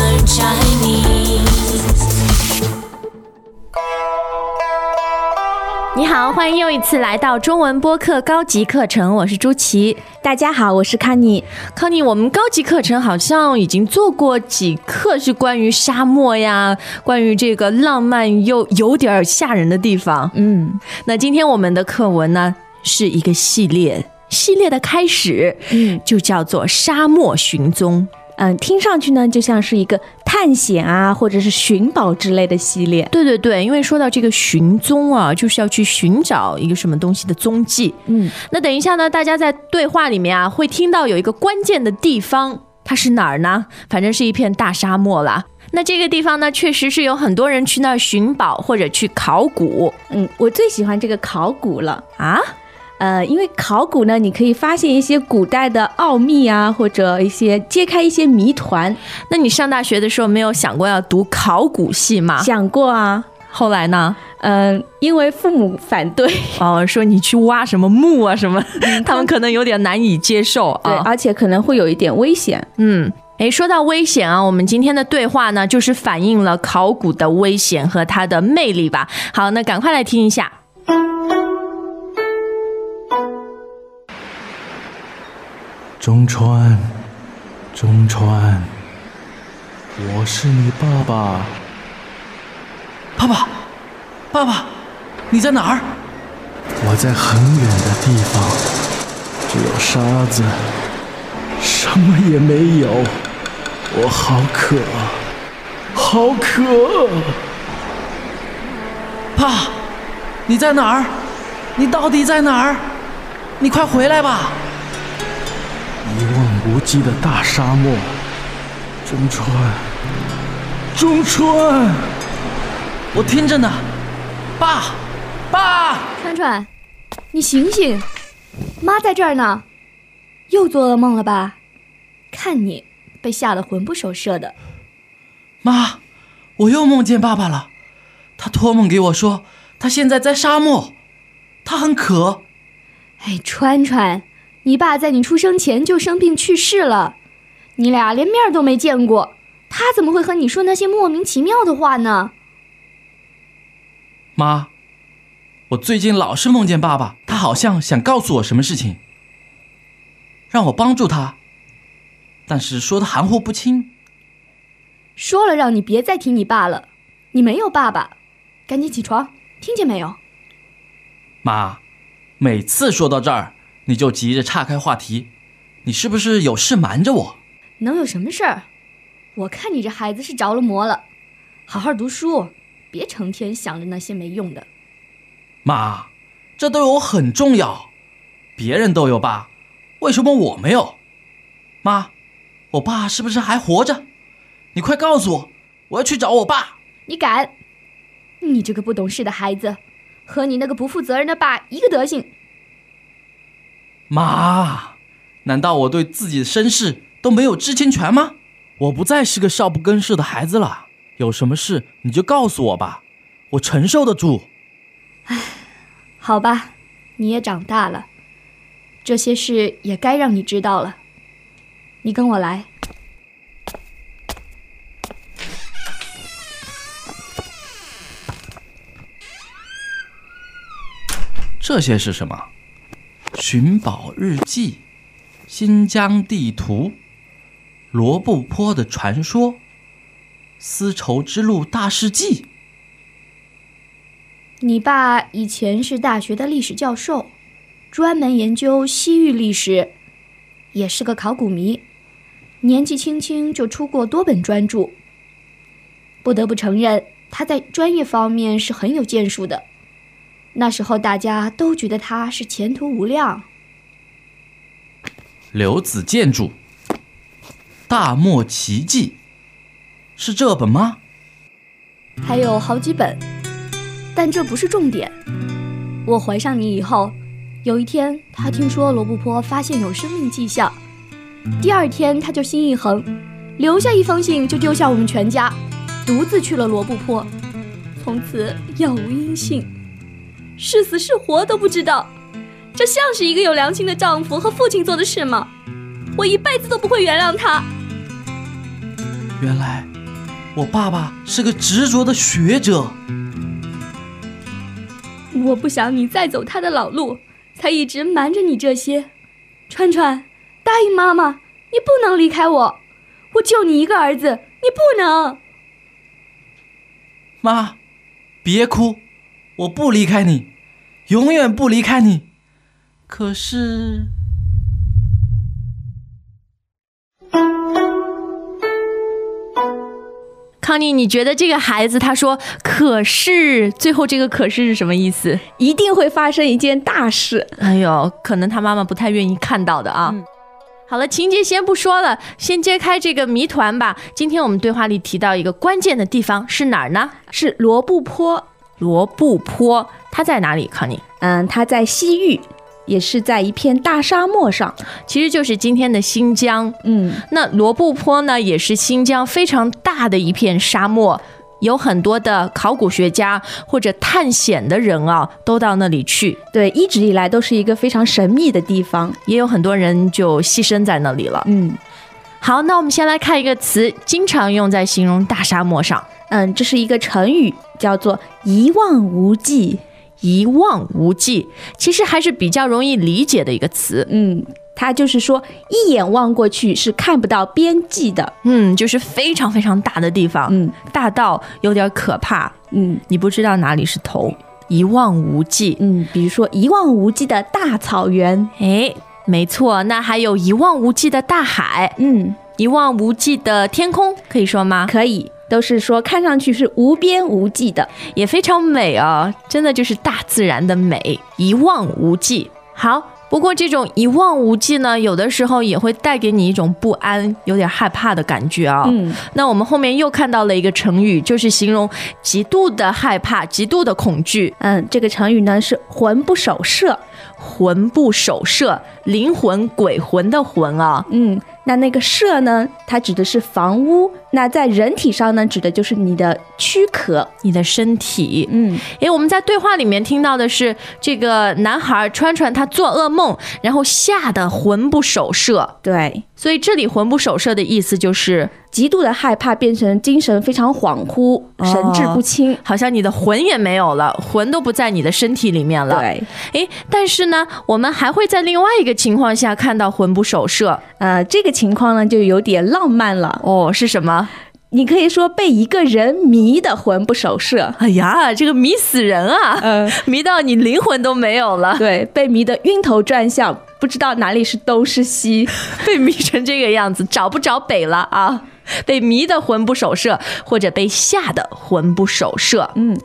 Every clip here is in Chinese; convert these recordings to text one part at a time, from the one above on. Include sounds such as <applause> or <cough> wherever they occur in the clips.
learn Chinese. 你好，欢迎又一次来到中文播客高级课程，我是朱琪。大家好，我是康妮。康妮，我们高级课程好像已经做过几课，是关于沙漠呀，关于这个浪漫又有点儿吓人的地方。嗯，那今天我们的课文呢，是一个系列，系列的开始，嗯，就叫做沙漠寻踪。嗯，听上去呢就像是一个探险啊，或者是寻宝之类的系列。对对对，因为说到这个寻踪啊，就是要去寻找一个什么东西的踪迹。嗯，那等一下呢，大家在对话里面啊，会听到有一个关键的地方，它是哪儿呢？反正是一片大沙漠啦。那这个地方呢，确实是有很多人去那儿寻宝或者去考古嗯，我最喜欢这个考古了。啊。呃，因为考古呢，你可以发现一些古代的奥秘啊，或者一些揭开一些谜团。那你上大学的时候没有想过要读考古系吗？想过啊，后来呢？嗯、因为父母反对，哦，说你去挖什么墓啊什么，他们可能有点难以接受啊。对，而且可能会有一点危险。嗯，诶，说到危险啊，我们今天的对话呢，就是反映了考古的危险和它的魅力吧。好，那赶快来听一下。中川，中川，我是你爸爸。爸爸，爸爸，你在哪儿？我在很远的地方，只有沙子，什么也没有。我好渴，啊好渴！啊爸，你在哪儿？你到底在哪儿？你快回来吧！一望无际的大沙漠，中川，中川，我听着呢。爸，爸，川川，你醒醒，妈在这儿呢。又做噩梦了吧？看你被吓得魂不守舍的。妈，我又梦见爸爸了。他托梦给我说，他现在在沙漠，他很渴。哎，川川，你爸在你出生前就生病去世了，你俩连面儿都没见过，他怎么会和你说那些莫名其妙的话呢？妈，我最近老是梦见爸爸，他好像想告诉我什么事情，让我帮助他，但是说的含糊不清。说了让你别再提你爸了，你没有爸爸，赶紧起床，听见没有？妈，每次说到这儿，你就急着岔开话题，你是不是有事瞒着我？能有什么事儿？我看你这孩子是着了魔了，好好读书，别成天想着那些没用的。妈，这对我很重要，别人都有爸，为什么我没有？妈，我爸是不是还活着？你快告诉我，我要去找我爸。你敢？你这个不懂事的孩子，和你那个不负责任的爸一个德行。妈，难道我对自己的身世都没有知情权吗？我不再是个少不更事的孩子了，有什么事你就告诉我吧，我承受得住。好吧，你也长大了，这些事也该让你知道了。你跟我来，这些是什么？寻宝日记、新疆地图、罗布泊的传说、丝绸之路大事记。你爸以前是大学的历史教授，专门研究西域历史，也是个考古迷，年纪轻轻就出过多本专著。不得不承认，他在专业方面是很有建树的。那时候大家都觉得他是前途无量。刘子建筑，《大漠奇迹》是这本吗？还有好几本，但这不是重点。我怀上你以后，有一天，他听说罗布泊发现有生命迹象，第二天他就心一横，留下一封信就丢下我们全家，独自去了罗布泊，从此杳无音信，是死是活都不知道。这像是一个有良心的丈夫和父亲做的事吗？我一辈子都不会原谅他。原来我爸爸是个执着的学者。我不想你再走他的老路，才一直瞒着你这些。川川，答应妈妈，你不能离开我，我就你一个儿子，你不能。妈，别哭，我不离开你，永远不离开你。可是，康妮，你觉得这个孩子他说“可是”，最后这个“可是”是什么意思？一定会发生一件大事。哎呦，可能他妈妈不太愿意看到的啊。好了，情节先不说了，先揭开这个谜团吧。今天我们对话里提到一个关键的地方是哪儿呢？是罗布泊，罗布泊，它在哪里？康妮，嗯，它在西域，也是在一片大沙漠上。其实就是今天的新疆。嗯，那罗布泊呢，也是新疆非常大的一片沙漠，有很多的考古学家或者探险的人啊，都到那里去，对，一直以来都是一个非常神秘的地方。也有很多人就牺牲在那里了。嗯好，那我们先来看一个词，经常用在形容大沙漠上，嗯，这是一个成语，叫做一望无际。一望无际，其实还是比较容易理解的一个词。嗯，它就是说一眼望过去是看不到边际的。嗯，就是非常非常大的地方，嗯大到有点可怕，嗯你不知道哪里是头，一望无际。嗯，比如说一望无际的大草原。哎，没错，那还有一望无际的大海，嗯，一望无际的天空，可以说吗？可以，都是说看上去是无边无际的。也非常美啊，真的就是大自然的美，一望无际。好，不过这种一望无际呢，有的时候也会带给你一种不安，有点害怕的感觉啊。嗯，那我们后面又看到了一个成语，就是形容极度的害怕、极度的恐惧，嗯，这个成语呢是魂不守舍。魂不守舍，灵魂、鬼魂的魂啊。嗯，那那个舍呢，它指的是房屋；那在人体上呢，指的就是你的躯壳。你的身体，嗯，诶，我们在对话里面听到的是这个男孩川川他做噩梦，然后吓得魂不守舍，对，所以这里魂不守舍的意思就是，极度的害怕变成精神非常恍惚、神志不清。好像你的魂也没有了，魂都不在你的身体里面了。，对，诶，但是呢，我们还会在另外一个情况下看到魂不守舍。呃，这个情况呢就有点浪漫了。哦，是什么？你可以说被一个人迷得魂不守舍，哎呀，这个迷死人啊，嗯，迷到你灵魂都没有了， <laughs> 对，被迷得晕头转向，不知道哪里是东是 <laughs> 西。 <laughs> 被迷成这个样子，找不着北了啊！被迷得魂不守舍，或者被吓得魂不守舍。嗯，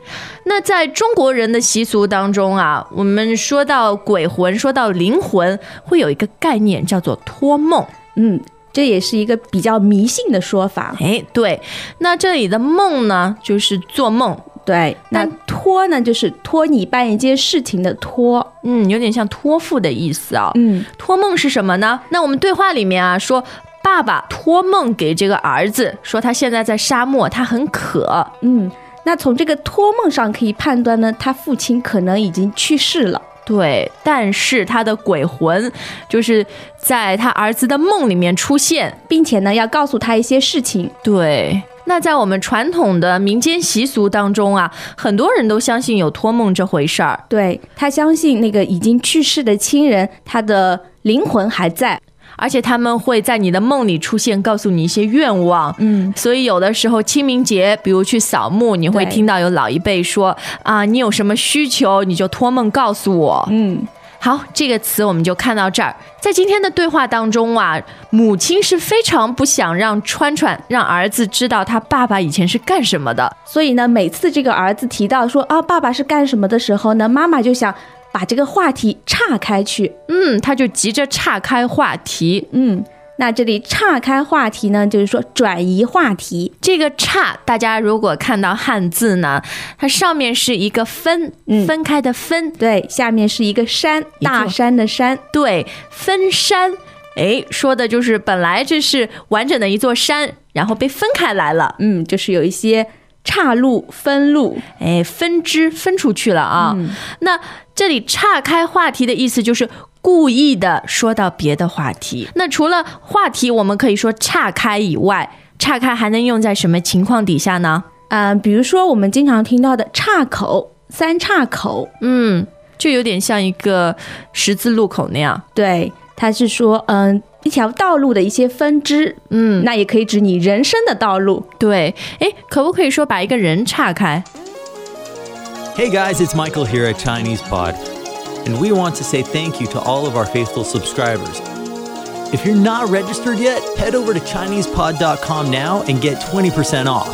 那在中国人的习俗当中啊，我们说到鬼魂，说到灵魂，会有一个概念叫做托梦。嗯，这也是一个比较迷信的说法。哎，对，那这里的梦呢，就是做梦，对，那但托呢，就是托你办一件事情的托。嗯，有点像托付的意思啊。嗯托梦是什么呢？那我们对话里面啊说，爸爸托梦给这个儿子，说他现在在沙漠，他很渴。嗯，那从这个托梦上可以判断呢，他父亲可能已经去世了。对，但是他的鬼魂就是在他儿子的梦里面出现。并且呢，要告诉他一些事情。对，那在我们传统的民间习俗当中啊，很多人都相信有托梦这回事儿，对他相信那个已经去世的亲人，他的灵魂还在。而且他们会在你的梦里出现，告诉你一些愿望。嗯，所以有的时候清明节，比如去扫墓，你会对听到有老一辈说啊，你有什么需求，你就托梦告诉我。嗯，好，这个词我们就看到这儿。在今天的对话当中啊，母亲是非常不想让川川让儿子知道他爸爸以前是干什么的。所以呢，每次这个儿子提到说啊，爸爸是干什么的时候呢，妈妈就想把这个话题岔开去。嗯，他就急着岔开话题。嗯，那这里岔开话题呢，就是说转移话题。这个叉，大家如果看到汉字呢，它上面是一个分，嗯分开的分，对，下面是一个山，座大山的山。对，分山。哎，说的就是本来这是完整的一座山，然后被分开来了，嗯，就是有一些岔路、分路。嗯哎，分支分出去了啊。那这里岔开话题的意思就是故意的说到别的话题。那除了话题，我们可以说岔开以外，岔开还能用在什么情况底下呢？嗯、比如说我们经常听到的岔口、三岔口，嗯，就有点像一个十字路口那样。对，它是说，嗯、一条道路的一些分支，嗯，那也可以指你人生的道路。对，哎，可不可以说把一个人岔开？ Hey guys, it's Michael here at Chinese Pod, and we want to say thank you to all of our faithful subscribers. If you're not registered yet, head over to ChinesePod.com now and get 20% off.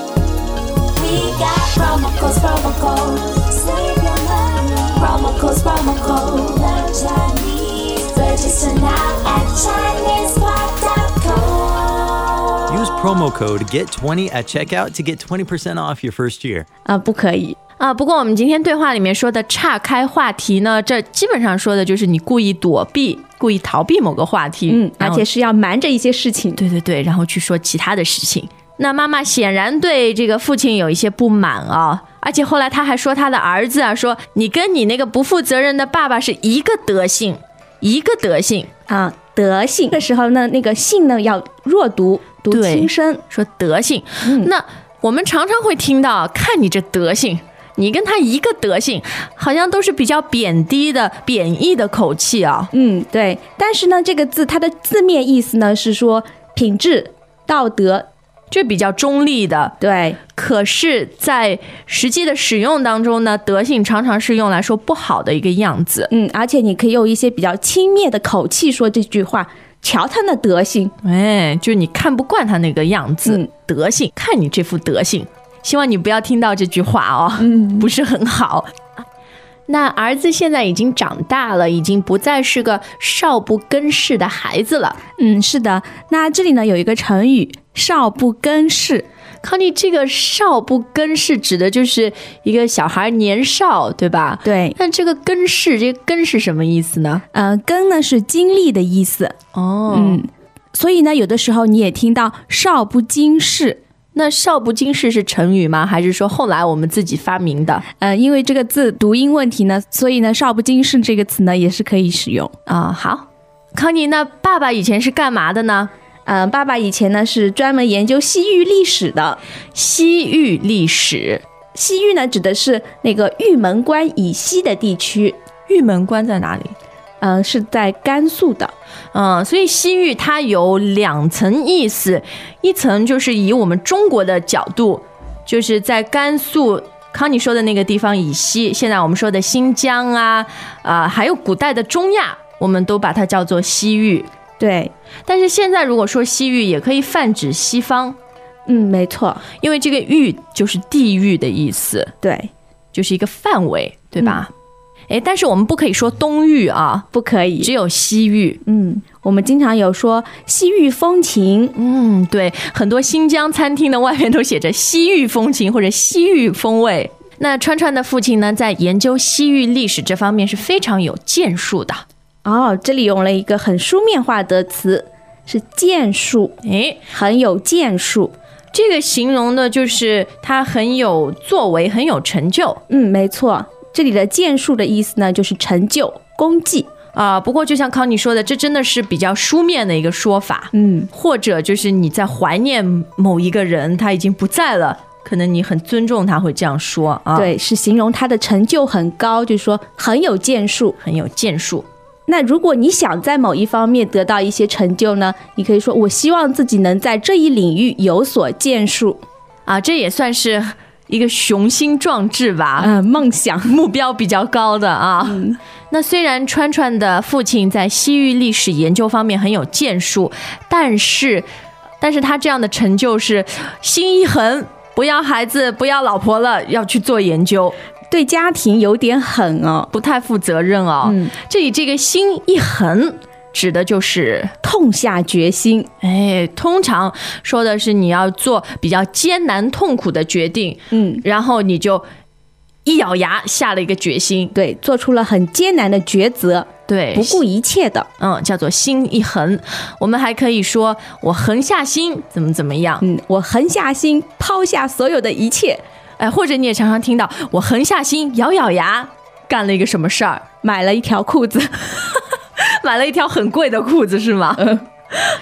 We got promo codes, promo codes. Save your money. Promo codes, promo codes. Learn Chinese. Register now at ChinesePod.com. Use promo code GET20 at checkout to get 20% off your first year. 啊、不可以。啊，不过我们今天对话里面说的岔开话题呢，这基本上说的就是你故意躲避、故意逃避某个话题，嗯，然而后且是要瞒着一些事情。对对对，然后去说其他的事情。那妈妈显然对这个父亲有一些不满啊，而且后来他还说他的儿子啊，说你跟你那个不负责任的爸爸是一个德性，一个德性，啊，德性。这时候呢，那个性呢要弱读，读对轻声。说德性。那我们常常会听到，看你这德性，你跟他一个德性，好像都是比较贬低的、贬义的口气啊。嗯，对。但是呢，这个字它的字面意思呢是说品质、道德。这比较中立的。对，可是，在实际的使用当中呢，德性常常是用来说不好的一个样子。嗯，而且你可以用一些比较轻蔑的口气说这句话。瞧他那德性，哎，就是你看不惯他那个样子，嗯德性，看你这副德性。希望你不要听到这句话哦，不是很好。那儿子现在已经长大了，已经不再是个少不更事的孩子了。嗯，是的。那这里呢有一个成语“少不更事康妮，这个少不更事指的就是一个小孩年少，对吧”，？对，但这个更事，这个更是什么意思呢？呃，更呢是经历的意思，哦，嗯，所以呢，有的时候你也听到“少不经事那少不经事是成语吗？还是说后来我们自己发明的”，呃，因为这个字读音问题呢，所以呢，“少不经事”这个词呢也是可以使用。啊、好，康妮，那爸爸以前是干嘛的呢？嗯、爸爸以前呢是专门研究西域历史的，西域历史，西域呢指的是那个玉门关以西的地区，玉门关在哪里？嗯、是在甘肃的。嗯，所以西域它有两层意思，一层就是以我们中国的角度，就是在甘肃康妮说的那个地方以西，现在我们说的新疆啊，啊、还有古代的中亚，我们都把它叫做西域。对，但是现在如果说西域，也可以泛指西方，嗯，没错，因为这个域就是地域的意思，对，就是一个范围，对吧？哎、但是我们不可以说东域啊，不可以。只有西域。嗯，我们经常有说西域风情，嗯，对，很多新疆餐厅的外面都写着西域风情或者西域风味。那川川的父亲呢，在研究西域历史这方面是非常有建树的。哦，这里用了一个很书面化的词，是建树，诶，很有建树。这个形容的就是他很有作为，很有成就嗯，没错，这里的建树的意思呢，就是成就、功绩。啊、不过，就像康妮说的，这真的是比较书面的一个说法，嗯，或者就是你在怀念某一个人，他已经不在了，可能你很尊重他，会这样说啊。，对，是形容他的成就很高，就是说很有建树。很有建树。那如果你想在某一方面得到一些成就呢，你可以说我希望自己能在这一领域有所建树。啊，这也算是一个雄心壮志吧，嗯、梦想。目标比较高的啊。嗯那虽然川川的父亲在西域历史研究方面很有建树，但是，但是他这样的成就是心一横。不要孩子，不要老婆了，要去做研究，对家庭有点狠哦。嗯不太负责任哦。这里这个心一横，指的就是痛下决心，哎，通常说的是你要做比较艰难痛苦的决定，嗯，然后你就一咬牙下了一个决心，对，做出了很艰难的抉择，对，不顾一切的，嗯，叫做心一横。我们还可以说我横下心怎么怎么样，嗯，我横下心，抛下所有的一切，哎，或者你也常常听到我横下心咬咬牙干了一个什么事儿，买了一条裤子， <laughs> 买了一条很贵的裤子是吗？ <laughs>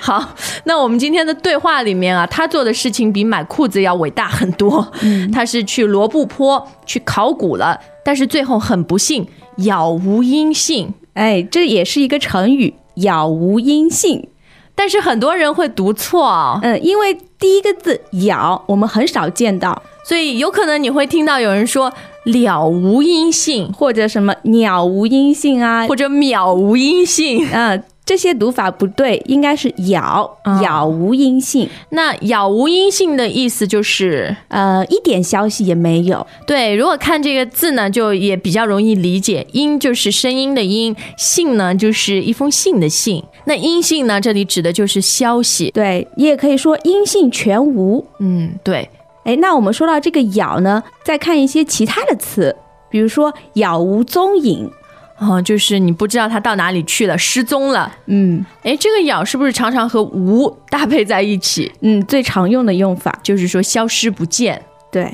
好，那我们今天的对话里面啊，他做的事情比买裤子要伟大很多。他是去罗布泊去考古了，但是最后很不幸杳无音信。哎，这也是一个成语，杳无音信。但是很多人会读错啊、嗯，因为第一个字“杳”，我们很少见到，所以有可能你会听到有人说了无音信或者什么“鸟无音信”啊，或者渺无音信。嗯，这些读法不对，应该是“杳”，啊杳无音信，那杳无音信的意思就是呃，一点消息也没有。对，如果看这个字呢，就也比较容易理解。音就是声音的音，信呢就是一封信的信。那音信呢，这里指的就是消息。对，你也可以说音信全无。嗯，对，哎，那我们说到这个“杳”呢，再看一些其他的词，比如说“杳无踪影哦，就是你不知道他到哪里去了，失踪了。”。嗯哎，这个“杳”是不是常常和“无”搭配在一起？嗯，最常用的用法。就是说消失不见。对，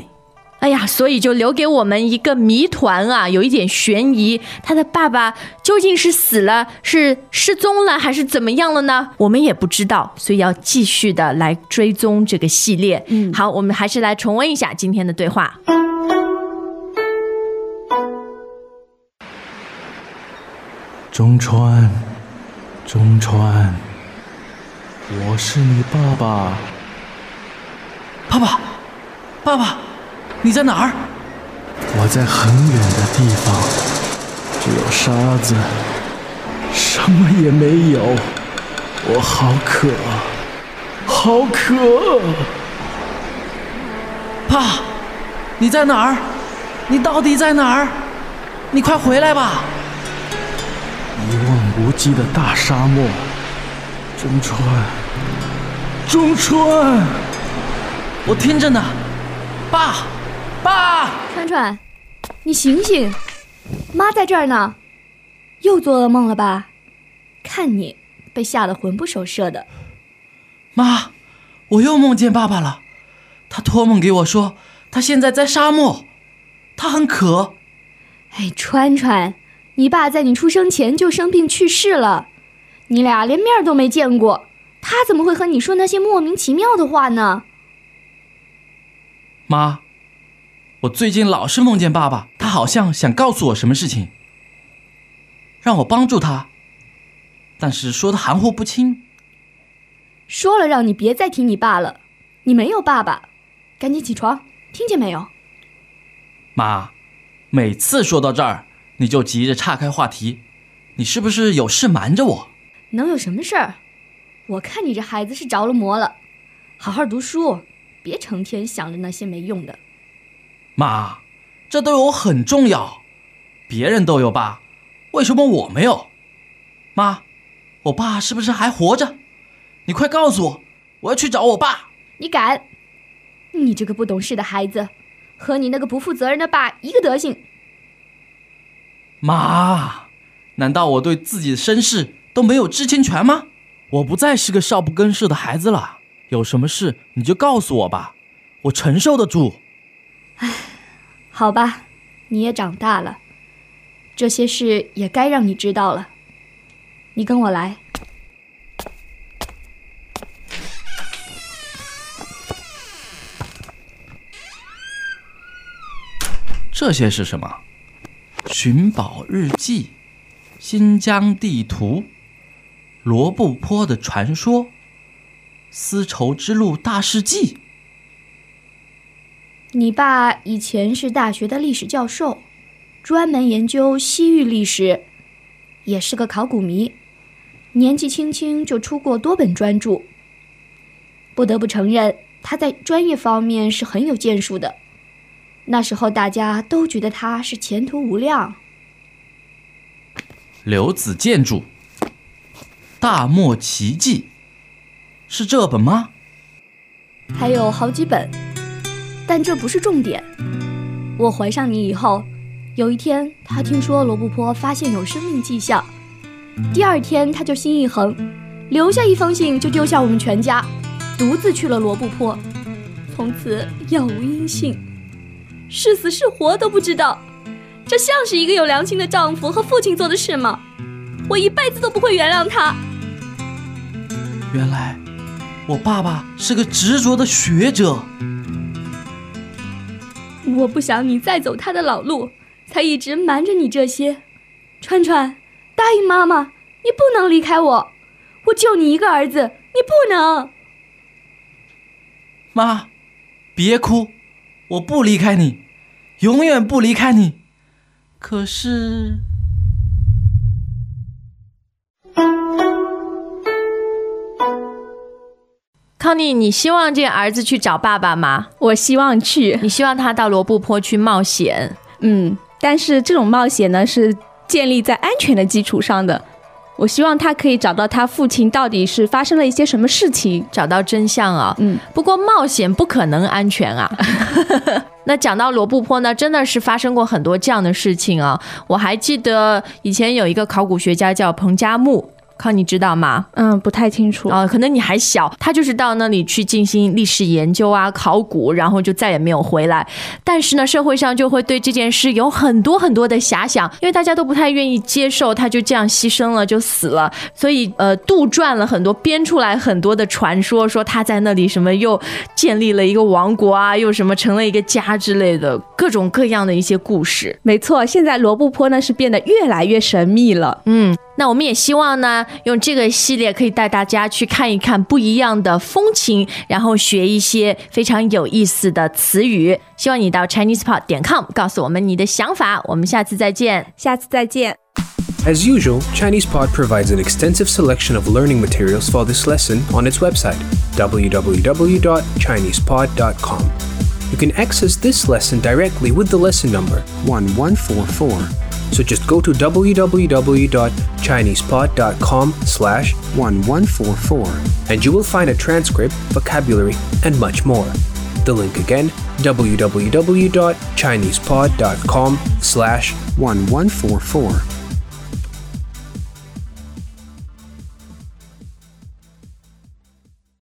哎呀，所以就留给我们一个谜团啊，有一点悬疑。他的爸爸究竟是死了，是失踪了，还是怎么样了呢？我们也不知道，所以要继续的来追踪这个系列。嗯，好，我们还是来重温一下今天的对话。中川，中川，我是你爸爸。爸爸，爸爸，你在哪儿？我在很远的地方，只有沙子，什么也没有。我好渴，好渴！爸，你在哪儿？你到底在哪儿？你快回来吧！一望无际的大沙漠，中川，中川，我听着呢。爸，爸，川川，你醒醒，妈在这儿呢。又做噩梦了吧？看你被吓得魂不守舍的。妈，我又梦见爸爸了。他托梦给我说，他现在在沙漠，他很渴。哎，川川，你爸在你出生前就生病去世了，你俩连面儿都没见过，他怎么会和你说那些莫名其妙的话呢？妈，我最近老是梦见爸爸，他好像想告诉我什么事情，让我帮助他，但是说的含糊不清。说了让你别再提你爸了，你没有爸爸，赶紧起床，听见没有？妈，每次说到这儿，你就急着岔开话题，你是不是有事瞒着我？能有什么事儿？我看你这孩子是着了魔了，好好读书，别成天想着那些没用的。妈，这对我很重要，别人都有爸，为什么我没有？妈，我爸是不是还活着？你快告诉我，我要去找我爸。你敢？你这个不懂事的孩子，和你那个不负责任的爸一个德行。妈，难道我对自己的身世都没有知情权吗？我不再是个少不更事的孩子了，有什么事你就告诉我吧，我承受得住。好吧，你也长大了，这些事也该让你知道了。你跟我来，这些是什么？寻宝日记、新疆地图、罗布泊的传说、丝绸之路大事记。你爸以前是大学的历史教授，专门研究西域历史，也是个考古迷，年纪轻轻就出过多本专著。不得不承认，他在专业方面是很有建树的。那时候大家都觉得他是前途无量。刘子建筑，大漠奇迹》，是这本吗？还有好几本，但这不是重点。我怀上你以后，有一天他听说罗布泊发现有生命迹象，第二天他就心一横，留下一封信就丢下我们全家，独自去了罗布泊，从此杳无音信，是死是活都不知道。这像是一个有良心的丈夫和父亲做的事吗？我一辈子都不会原谅他。原来我爸爸是个执着的学者。我不想你再走他的老路，才一直瞒着你这些。川川，答应妈妈，你不能离开我，我只有你一个儿子，你不能。妈，别哭，我不离开你，永远不离开你。可是，康妮，你希望这儿子去找爸爸吗？我希望去，你希望他到罗布泊去冒险？嗯，但是这种冒险呢是建立在安全的基础上的。我希望他可以找到他父亲到底是发生了一些什么事情。找到真相啊！嗯，不过冒险不可能安全啊。那讲到罗布泊呢，真的是发生过很多这样的事情啊。我还记得以前有一个考古学家叫彭加木，康你知道吗？嗯，不太清楚。啊、可能你还小，他就是到那里去进行历史研究啊、考古，然后就再也没有回来。但是呢，社会上就会对这件事有很多很多的遐想，因为大家都不太愿意接受他就这样牺牲了，就死了。所以呃，杜撰了很多，编出来很多的传说，说他在那里什么又建立了一个王国啊，又什么成了一个家之类的，各种各样的一些故事。没错，现在罗布泊呢是变得越来越神秘了。嗯，那我们也希望呢，用这个系列可以带大家去看一看不一样的风情，然后学一些非常有意思的词语。希望你到 ChinesePod 点 com 告诉我们你的想法。我们下次再见。下次再见。 As usual, ChinesePod provides an extensive selection of learning materials for this lesson on its website, www.chinesepod.com. You can access this lesson directly with the lesson number 1144. So just go to www.chinesepod.com slash 1144 and you will find a transcript, vocabulary, and much more. The link again, www.chinesepod.com slash 1144.